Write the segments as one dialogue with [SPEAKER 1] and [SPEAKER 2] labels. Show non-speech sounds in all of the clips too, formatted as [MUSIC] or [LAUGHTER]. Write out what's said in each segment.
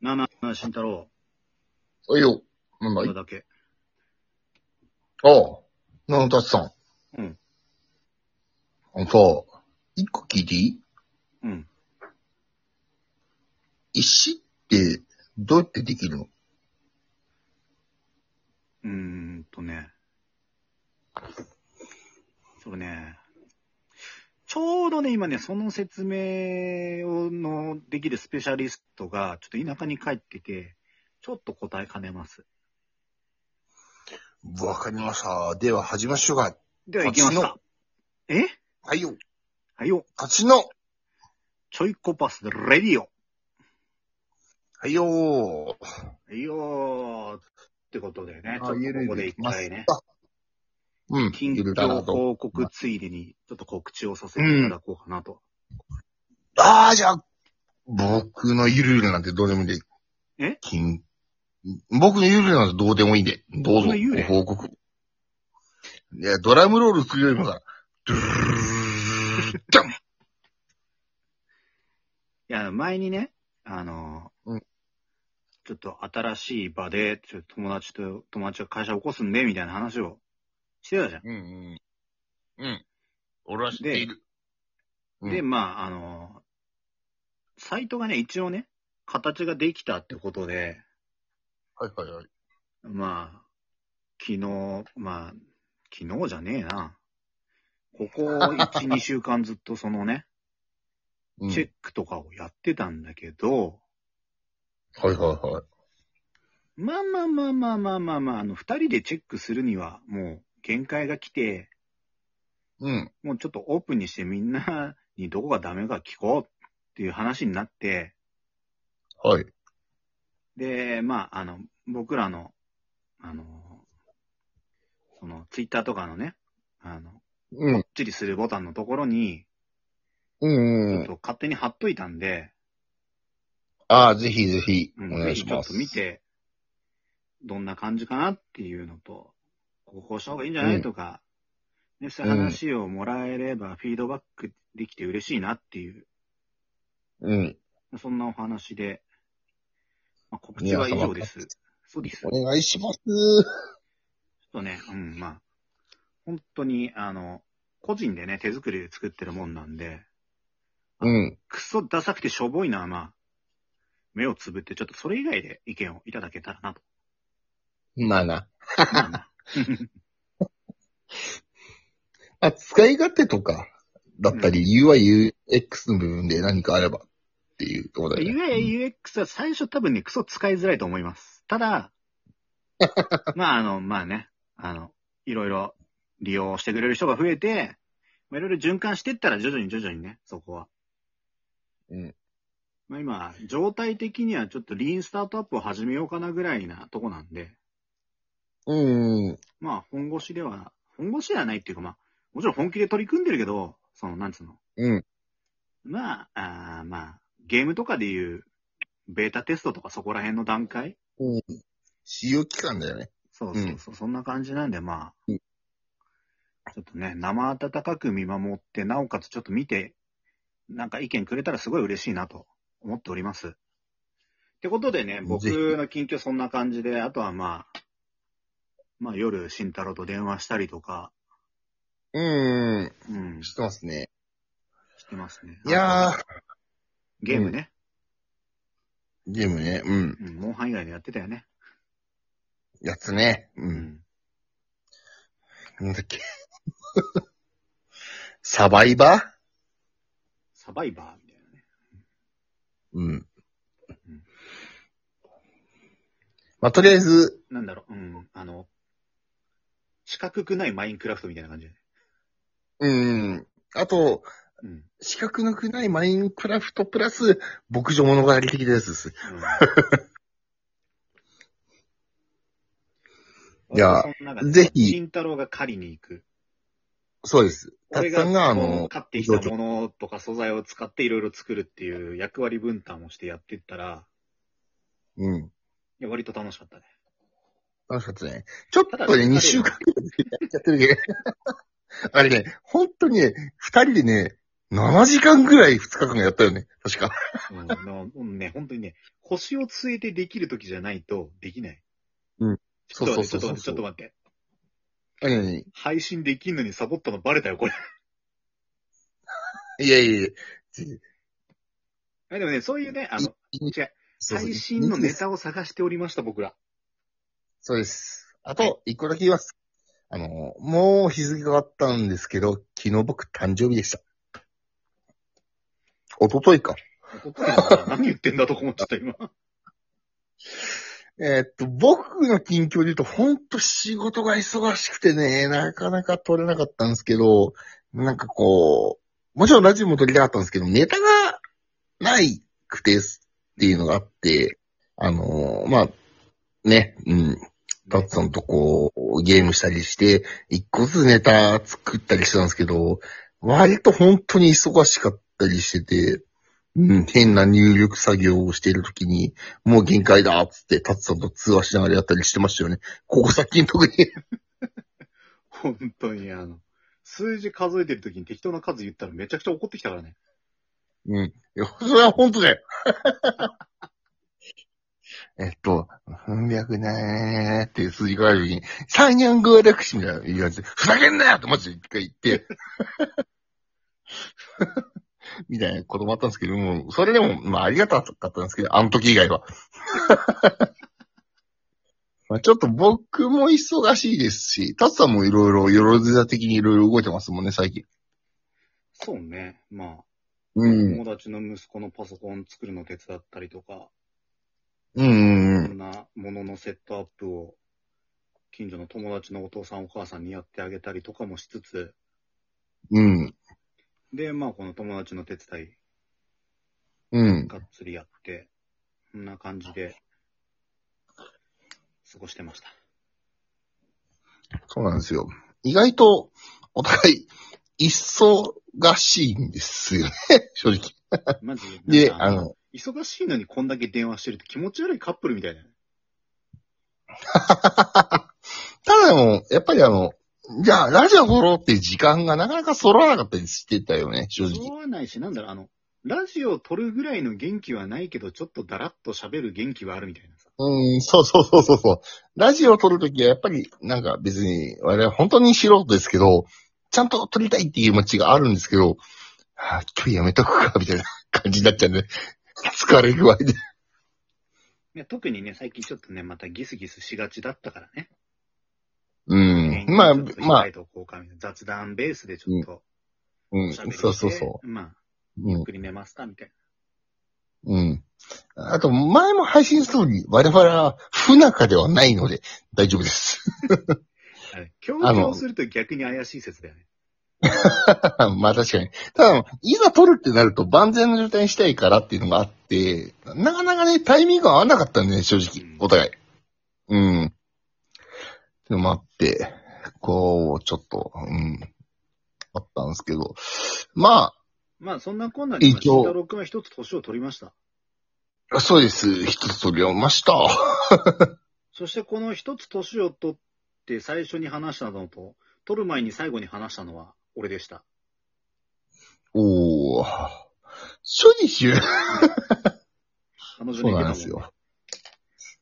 [SPEAKER 1] なあなあなあ、慎太郎。
[SPEAKER 2] はいよ。なんだ
[SPEAKER 1] 今
[SPEAKER 2] い
[SPEAKER 1] だけ。
[SPEAKER 2] ああ。なのたちさん。
[SPEAKER 1] うん。
[SPEAKER 2] あのさ、一個聞いていい
[SPEAKER 1] うん。
[SPEAKER 2] 石って、どうやってできるの
[SPEAKER 1] うーんとね。それね。ちょうどね、今ね、その説明をのできるスペシャリストが、ちょっと田舎に帰ってて、ちょっと答えかねます。
[SPEAKER 2] わかりました。では、始めましょうか。
[SPEAKER 1] では、行きますか。え
[SPEAKER 2] はいよ。
[SPEAKER 1] はいよ。
[SPEAKER 2] 立ちの。は
[SPEAKER 1] ちょいコパス、レディオ。
[SPEAKER 2] いよ。
[SPEAKER 1] はいよー。ってことでね、ちょっとここで一
[SPEAKER 2] ま
[SPEAKER 1] 回
[SPEAKER 2] す
[SPEAKER 1] ね。
[SPEAKER 2] か。うん。
[SPEAKER 1] 近
[SPEAKER 2] ゆるだ
[SPEAKER 1] 況
[SPEAKER 2] らと。
[SPEAKER 1] 報告ついでに、ちょっと告知をさせていただこうかなと。
[SPEAKER 2] ああ、じゃあ、僕のゆるゆるなんてどうでもいいんで。
[SPEAKER 1] え
[SPEAKER 2] 近僕のゆるゆるなんてどうでもいいんで。どう
[SPEAKER 1] 僕
[SPEAKER 2] ぞ
[SPEAKER 1] のゆ、る
[SPEAKER 2] ご
[SPEAKER 1] ゆる
[SPEAKER 2] 報告。いや、ドラムロールするよりもだ。ドゥルルルルルルダン
[SPEAKER 1] いや、前にね、あの、
[SPEAKER 2] うん
[SPEAKER 1] ちょっと新しい場で、ちょっと友達と、友達が会社起こすんで、みたいな話をしてたじゃん。
[SPEAKER 2] うんうん。うん。俺は知っている。うん
[SPEAKER 1] で、まあ、あの、サイトがね、一応ね、形ができたってことで、
[SPEAKER 2] はいはいはい。
[SPEAKER 1] まあ、昨日、まあ、昨日じゃねえな。ここ1、2週間ずっとそのね、
[SPEAKER 2] うん
[SPEAKER 1] チェックとかをやってたんだけど、
[SPEAKER 2] はいはいはい。
[SPEAKER 1] まあまあまあまあまあまあまあ、あの、二人でチェックするには、もう、限界が来て、
[SPEAKER 2] うん。
[SPEAKER 1] もうちょっとオープンにしてみんな [LAUGHS] にどこがダメか聞こうっていう話になって、
[SPEAKER 2] はい。
[SPEAKER 1] で、まあ、あの、僕らの、あの、その、ツイッターとかのね、あの、
[SPEAKER 2] うん。
[SPEAKER 1] チリするボタンのところに、ちょ
[SPEAKER 2] うんう
[SPEAKER 1] っ
[SPEAKER 2] ん。
[SPEAKER 1] と勝手に貼っといたんで、
[SPEAKER 2] ああ、ぜひぜひ、
[SPEAKER 1] う
[SPEAKER 2] お
[SPEAKER 1] ん、
[SPEAKER 2] 願いします。
[SPEAKER 1] ぜひちょっと見て、どんな感じかなっていうのと、こここうした方がいいんじゃない、
[SPEAKER 2] うん
[SPEAKER 1] とか、ね、そういう話をもらえれば、フィードバックできて嬉しいなっていう、
[SPEAKER 2] うん。
[SPEAKER 1] そんなお話で、まあ、告知は以上で
[SPEAKER 2] い
[SPEAKER 1] す。そうです。ちょっ
[SPEAKER 2] お願いします。
[SPEAKER 1] とね、うん、まあ、本当に、あの、個人でね、手作りで作ってるもんなんで、
[SPEAKER 2] うん。
[SPEAKER 1] クソダサくてしょぼいのは、まあ、目をつぶって、ちょっとそれ以外で意見をいただけたらなと。
[SPEAKER 2] まあな。
[SPEAKER 1] まあまあ
[SPEAKER 2] あ、使い勝手とか、だったり、UI、UX の部分で何かあればっていうところだよね。
[SPEAKER 1] UIUX は最初多分ね、クソ使いづらいと思います。た
[SPEAKER 2] [LAUGHS]
[SPEAKER 1] だ、まああの、まあね、あの、いろいろ利用してくれる人が増えて、まあいろいろ循環していったら徐々に徐々にね、そこは。
[SPEAKER 2] うん。
[SPEAKER 1] まあ今、状態的にはちょっとリーンスタートアップを始めようかなぐらいなとこなんで、
[SPEAKER 2] うん。うん。
[SPEAKER 1] まあ本腰では、本腰ではないっていうかまあ、もちろん本気で取り組んでるけど、その、なんつうの、
[SPEAKER 2] うん。
[SPEAKER 1] まあ、あーまあ、ゲームとかでいう、ベータテストとかそこら辺の段階
[SPEAKER 2] 使用期間だよね。
[SPEAKER 1] そうそうそう、そんな感じなんで、ま
[SPEAKER 2] うん
[SPEAKER 1] あ、ちょっとね、生温かく見守って、なおかつちょっと見て、なんか意見くれたらすごい嬉しいなと思っております。ってことでね、僕
[SPEAKER 2] ぜひ
[SPEAKER 1] の近況そんな感じで、あとはまあ、まあ夜、慎太郎と電話したりとか、
[SPEAKER 2] うん。
[SPEAKER 1] うん、
[SPEAKER 2] 知
[SPEAKER 1] し
[SPEAKER 2] ってますね。
[SPEAKER 1] てますね。
[SPEAKER 2] いや
[SPEAKER 1] あ
[SPEAKER 2] ー、
[SPEAKER 1] とゲームね、
[SPEAKER 2] ゲームね。うん。
[SPEAKER 1] うん、モンハン以外でやってたよね。
[SPEAKER 2] やつね。う。。
[SPEAKER 1] うん
[SPEAKER 2] なんだっけ。 [LAUGHS] サバイバー
[SPEAKER 1] サバイバーみたいなね。
[SPEAKER 2] うん。まあ、とりあえず、
[SPEAKER 1] なんだろう、うん、あの、四角くないマインクラフトみたいな感じだね。
[SPEAKER 2] うん。あと、
[SPEAKER 1] うん。
[SPEAKER 2] 資格のくないマインクラフトプラス、牧場物語的なやつです。
[SPEAKER 1] うん
[SPEAKER 2] いや、ぜひ
[SPEAKER 1] 慎太郎が狩りに行く。
[SPEAKER 2] そうです。たっ
[SPEAKER 1] 俺
[SPEAKER 2] さんが、あ
[SPEAKER 1] こう
[SPEAKER 2] の、
[SPEAKER 1] 買ってきたものとか素材を使っていろいろ作るっていう役割分担をしてやってったら、
[SPEAKER 2] うん。
[SPEAKER 1] いや割と楽しかったね。
[SPEAKER 2] 楽しかったね。ちょったと
[SPEAKER 1] だ
[SPEAKER 2] ね、
[SPEAKER 1] ね
[SPEAKER 2] 2週間くらいやっちゃってるけど。あれね、本当にね、2人でね、 7時間ぐらい2日間やったよね。確か。
[SPEAKER 1] うん、だからもうね、本当にね、腰を据えてできる時じゃないとできない。
[SPEAKER 2] うん。
[SPEAKER 1] ちょっと待って、ち
[SPEAKER 2] そ
[SPEAKER 1] ょ
[SPEAKER 2] う
[SPEAKER 1] っと
[SPEAKER 2] そうそうそう
[SPEAKER 1] 待って、ちょっと待って。
[SPEAKER 2] あにゃに
[SPEAKER 1] 配信できんのにサボったのバレたよ、これ。
[SPEAKER 2] いやいやいや。
[SPEAKER 1] あでもね、そういうね、あの、
[SPEAKER 2] い
[SPEAKER 1] 違う、
[SPEAKER 2] そうそう
[SPEAKER 1] 最新のネ
[SPEAKER 2] 人気です
[SPEAKER 1] タを探しておりました、僕ら。
[SPEAKER 2] そうです。あと、一個だけ言います。あの、もう日付変わったんですけど、昨日僕誕生日でした。一昨日か。
[SPEAKER 1] おとといのこと何言ってんだとか思っちゃった、今。
[SPEAKER 2] えーっと、僕の近況で言うと、ほんと仕事が忙しくてね、なかなか取れなかったんですけど、なんかこう、もちろんラジオも撮りたかったんですけど、ネタがないくてっていうのがあって、あのーまあ、ね、うん、タツさんとこう、ゲームしたりして、一個ずつネタ作ったりしてたんですけど、割と本当に忙しかったりしてて、うん、変な入力作業をしているときに、もう限界だっつって、タツさんと通話しながらやったりしてましたよね。ここ最近特に。
[SPEAKER 1] 本当に、あの、数字数えてる時に適当な数言ったらめちゃくちゃ怒ってきたからね。
[SPEAKER 2] うん。いや、それは本当だよ。 [LAUGHS] えっと、300ねーっていう数字がある時に、3、4、5、6、みたいな言い方で、ふざけんなよってマジで一回言って、 [LAUGHS] みたいなこともあったんですけども、それでも、まあありがたかったんですけど、あの時以外は。 [LAUGHS] まあちょっと僕も忙しいですし、タツさんもいろいろ、よろずや的にいろいろ動いてますもんね、最近。
[SPEAKER 1] そうね。まあ、
[SPEAKER 2] うん。
[SPEAKER 1] 友達の息子のパソコン作るの手伝ったりとか、
[SPEAKER 2] うんうん
[SPEAKER 1] いろ
[SPEAKER 2] うん。
[SPEAKER 1] んなもののセットアップを、近所の友達のお父さんお母さんにやってあげたりとかもしつつ、
[SPEAKER 2] うん。
[SPEAKER 1] で、まあ、この友達の手伝い、
[SPEAKER 2] うん。
[SPEAKER 1] がっつりやって、こんな感じで、過ごしてました。
[SPEAKER 2] そうなんですよ。意外と、お互い、忙しいんですよね。 [LAUGHS] 正直。
[SPEAKER 1] マジ
[SPEAKER 2] で、
[SPEAKER 1] なんか
[SPEAKER 2] あの、 [LAUGHS]
[SPEAKER 1] 忙しいのにこんだけ電話してると気持ち悪いカップルみたいだよね。
[SPEAKER 2] ただもう、やっぱりあの、じゃあ、ラジオ撮ろうっていう時間がなかなか揃わなかったりしてたよね、正直。
[SPEAKER 1] そうはないし、なんだろう、あの、ラジオを撮るぐらいの元気はないけど、ちょっとだらっと喋る元気はあるみたいなさ。
[SPEAKER 2] うん、そうそうそうそうそう。ラジオ撮るときはやっぱり、なんか別に、我々本当に素人ですけど、ちゃんと撮りたいっていう気持ちがあるんですけど、はあ、今日やめとくか、みたいな感じになっちゃうね。疲れ具合で。
[SPEAKER 1] いや特にね、最近ちょっとね、またギスギスしがちだったからね。
[SPEAKER 2] うん。まあ、
[SPEAKER 1] ちょっと
[SPEAKER 2] まあ
[SPEAKER 1] 一回、とこうかみたいな雑談ベースでちょっと
[SPEAKER 2] う
[SPEAKER 1] お
[SPEAKER 2] ん
[SPEAKER 1] しゃべ、りして、。
[SPEAKER 2] そうそうそう
[SPEAKER 1] まあ、
[SPEAKER 2] う。うん
[SPEAKER 1] ゆっ。くり寝ますかみたいな。
[SPEAKER 2] うん。あと、前も配信したのに、我々は不仲ではないので、大丈夫です。 [LAUGHS]
[SPEAKER 1] あれ強調すると逆に怪しい説だよね。
[SPEAKER 2] まあ確かに。ただ、いざ撮るってなると万全の状態にしたいからっていうのがあって、なかなかね、タイミングが合わなかったんでね、正
[SPEAKER 1] う
[SPEAKER 2] 直
[SPEAKER 1] ん、
[SPEAKER 2] お互い。うん。でもあって、こう、ちょっと、うん、あったんですけど。ま
[SPEAKER 1] まあ、そんなこんなで、まあ
[SPEAKER 2] 一応
[SPEAKER 1] 慎太郎くんは一つ年を取りました。
[SPEAKER 2] あ、そうです。一つ取りました。
[SPEAKER 1] そしてこの一つ年を取って最初に話したのと、取る前に最後に話したのは俺でした。
[SPEAKER 2] おー。正直、
[SPEAKER 1] 彼女に
[SPEAKER 2] そ
[SPEAKER 1] 言っ
[SPEAKER 2] う
[SPEAKER 1] てたも
[SPEAKER 2] なんですよ。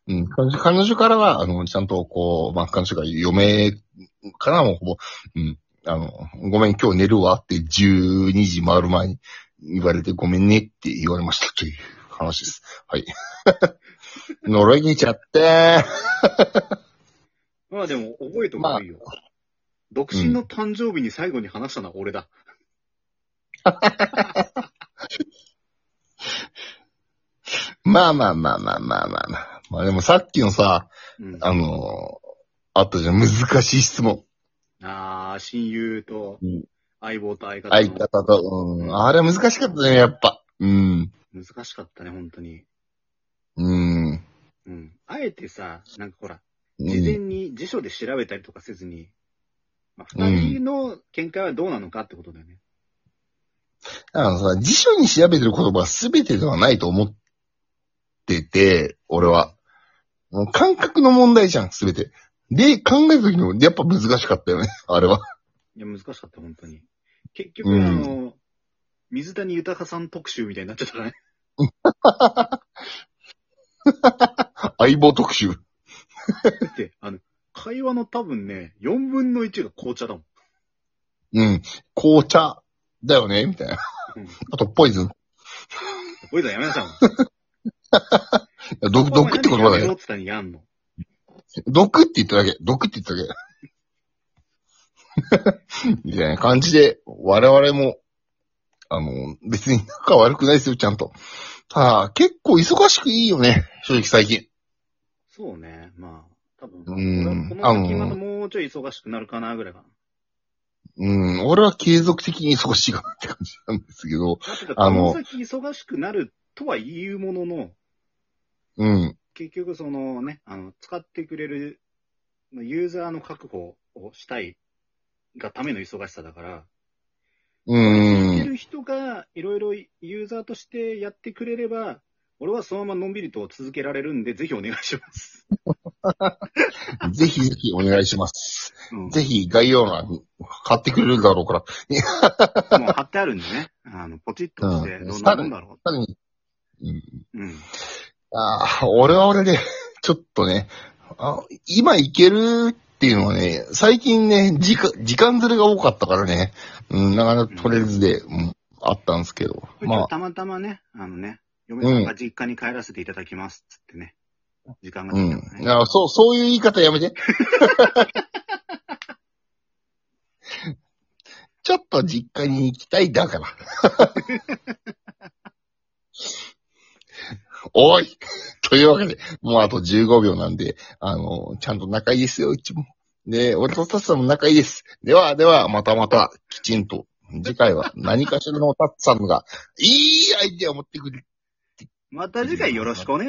[SPEAKER 2] うん、彼女彼女からは、あの、ちゃんとこう、まあ、彼女が嫁からもほぼ、うん、あの、ごめん、今日寝るわって12時回る前に言われてごめんねって言われましたという話です。はい。 [LAUGHS] 呪いにちゃって、
[SPEAKER 1] まあでも、覚えておくといいよ。独身の誕生日に最後に話したのは俺だ。
[SPEAKER 2] まあまあまあまあまあまあまあ。まあでもさっきのさ、
[SPEAKER 1] うん。
[SPEAKER 2] あの、あったじゃん、難しい質問。
[SPEAKER 1] ああ、親友と
[SPEAKER 2] うん
[SPEAKER 1] 相棒と相方
[SPEAKER 2] 相
[SPEAKER 1] の。
[SPEAKER 2] 方と、うん、あれは難しかったね、やっぱ。うん、
[SPEAKER 1] 難しかったね、本当に。
[SPEAKER 2] うん。
[SPEAKER 1] うん。あえてさ、なんかほら、
[SPEAKER 2] うん
[SPEAKER 1] 事前に辞書で調べたりとかせずに、まあ、
[SPEAKER 2] うん
[SPEAKER 1] 二人の見解はどうなのかってことだよね。
[SPEAKER 2] あのさ、辞書に調べてる言葉は全てではないと思ってて、俺は。もう感覚の問題じゃん、全て。で、考えた時も、やっぱ [LAUGHS] 難しかったよね、あれは。
[SPEAKER 1] いや、難しかった、本当に。結局、
[SPEAKER 2] うん
[SPEAKER 1] あの、水谷豊さん特集みたいになっちゃったからね。 [LAUGHS]
[SPEAKER 2] 相棒特集。
[SPEAKER 1] だって、あの、会話の多分ね、4分の1が紅茶だもん。
[SPEAKER 2] うん。紅茶だよねみたいな
[SPEAKER 1] うん。
[SPEAKER 2] あと、ポイズン。
[SPEAKER 1] おいさんやめな
[SPEAKER 2] [LAUGHS]
[SPEAKER 1] さいもん。
[SPEAKER 2] 毒、毒って言葉だ
[SPEAKER 1] やめろ
[SPEAKER 2] よ。
[SPEAKER 1] って言ったのにやんの。
[SPEAKER 2] 毒って言っただけ。毒って言っただけ。 [LAUGHS] みたいな感じで、我々も、あの、別に仲悪くないですよ、ちゃんと。ただ、結構忙しくいいよね。正直最近。
[SPEAKER 1] そうね、まあ、多分。
[SPEAKER 2] うん
[SPEAKER 1] この先またもうちょい忙しくなるかな、ぐらいかな。
[SPEAKER 2] うん、俺は継続的に忙しいかなって感じなんですけど。
[SPEAKER 1] だけど、こ
[SPEAKER 2] あの
[SPEAKER 1] の先忙しくなるとは言うものの、
[SPEAKER 2] うん。
[SPEAKER 1] 結局そのね、あの、使ってくれる、ユーザーの確保をしたいがための忙しさだから、
[SPEAKER 2] う
[SPEAKER 1] 聞いて [LAUGHS]
[SPEAKER 2] ん。
[SPEAKER 1] る人がいろいろユーザーとしてやってくれれば、俺はそのままのんびりと続けられるんで、ぜひお願いします。
[SPEAKER 2] ぜひぜひお願いします。
[SPEAKER 1] [LAUGHS] うん、
[SPEAKER 2] ぜひ概要欄に貼ってくれるだろうから。
[SPEAKER 1] もう貼ってあるんでね、あの、ポチッと押して、
[SPEAKER 2] う
[SPEAKER 1] ど
[SPEAKER 2] ん
[SPEAKER 1] んなもんだろ
[SPEAKER 2] さらに、うん、
[SPEAKER 1] う。うん。
[SPEAKER 2] ああ、俺は俺で、 [LAUGHS] ちょっとね、あ今行けるっていうのはね、最近ね、時間、時間ずれが多かったからね、うん、なかなか取れずで、うん、あったんですけど。
[SPEAKER 1] ま
[SPEAKER 2] ま
[SPEAKER 1] あ、たまたまね、あのね、嫁さんが実家に帰らせていただきます、つってね。時間
[SPEAKER 2] あ、
[SPEAKER 1] が
[SPEAKER 2] う
[SPEAKER 1] できた
[SPEAKER 2] ん
[SPEAKER 1] から。
[SPEAKER 2] い
[SPEAKER 1] ね。
[SPEAKER 2] やそう、そういう言い方やめて。 [LAUGHS] ちょっと実家に行きたいだから。 [LAUGHS] おいというわけで、もうあと15秒なんで、あの、ちゃんと仲いいですよ、うちも。で、俺とタツさんも仲いいです。では、では、またまた、きちんと、次回は何かしらのタツさんが、いいアイデアを持ってくる
[SPEAKER 1] また次回よろしくお願いします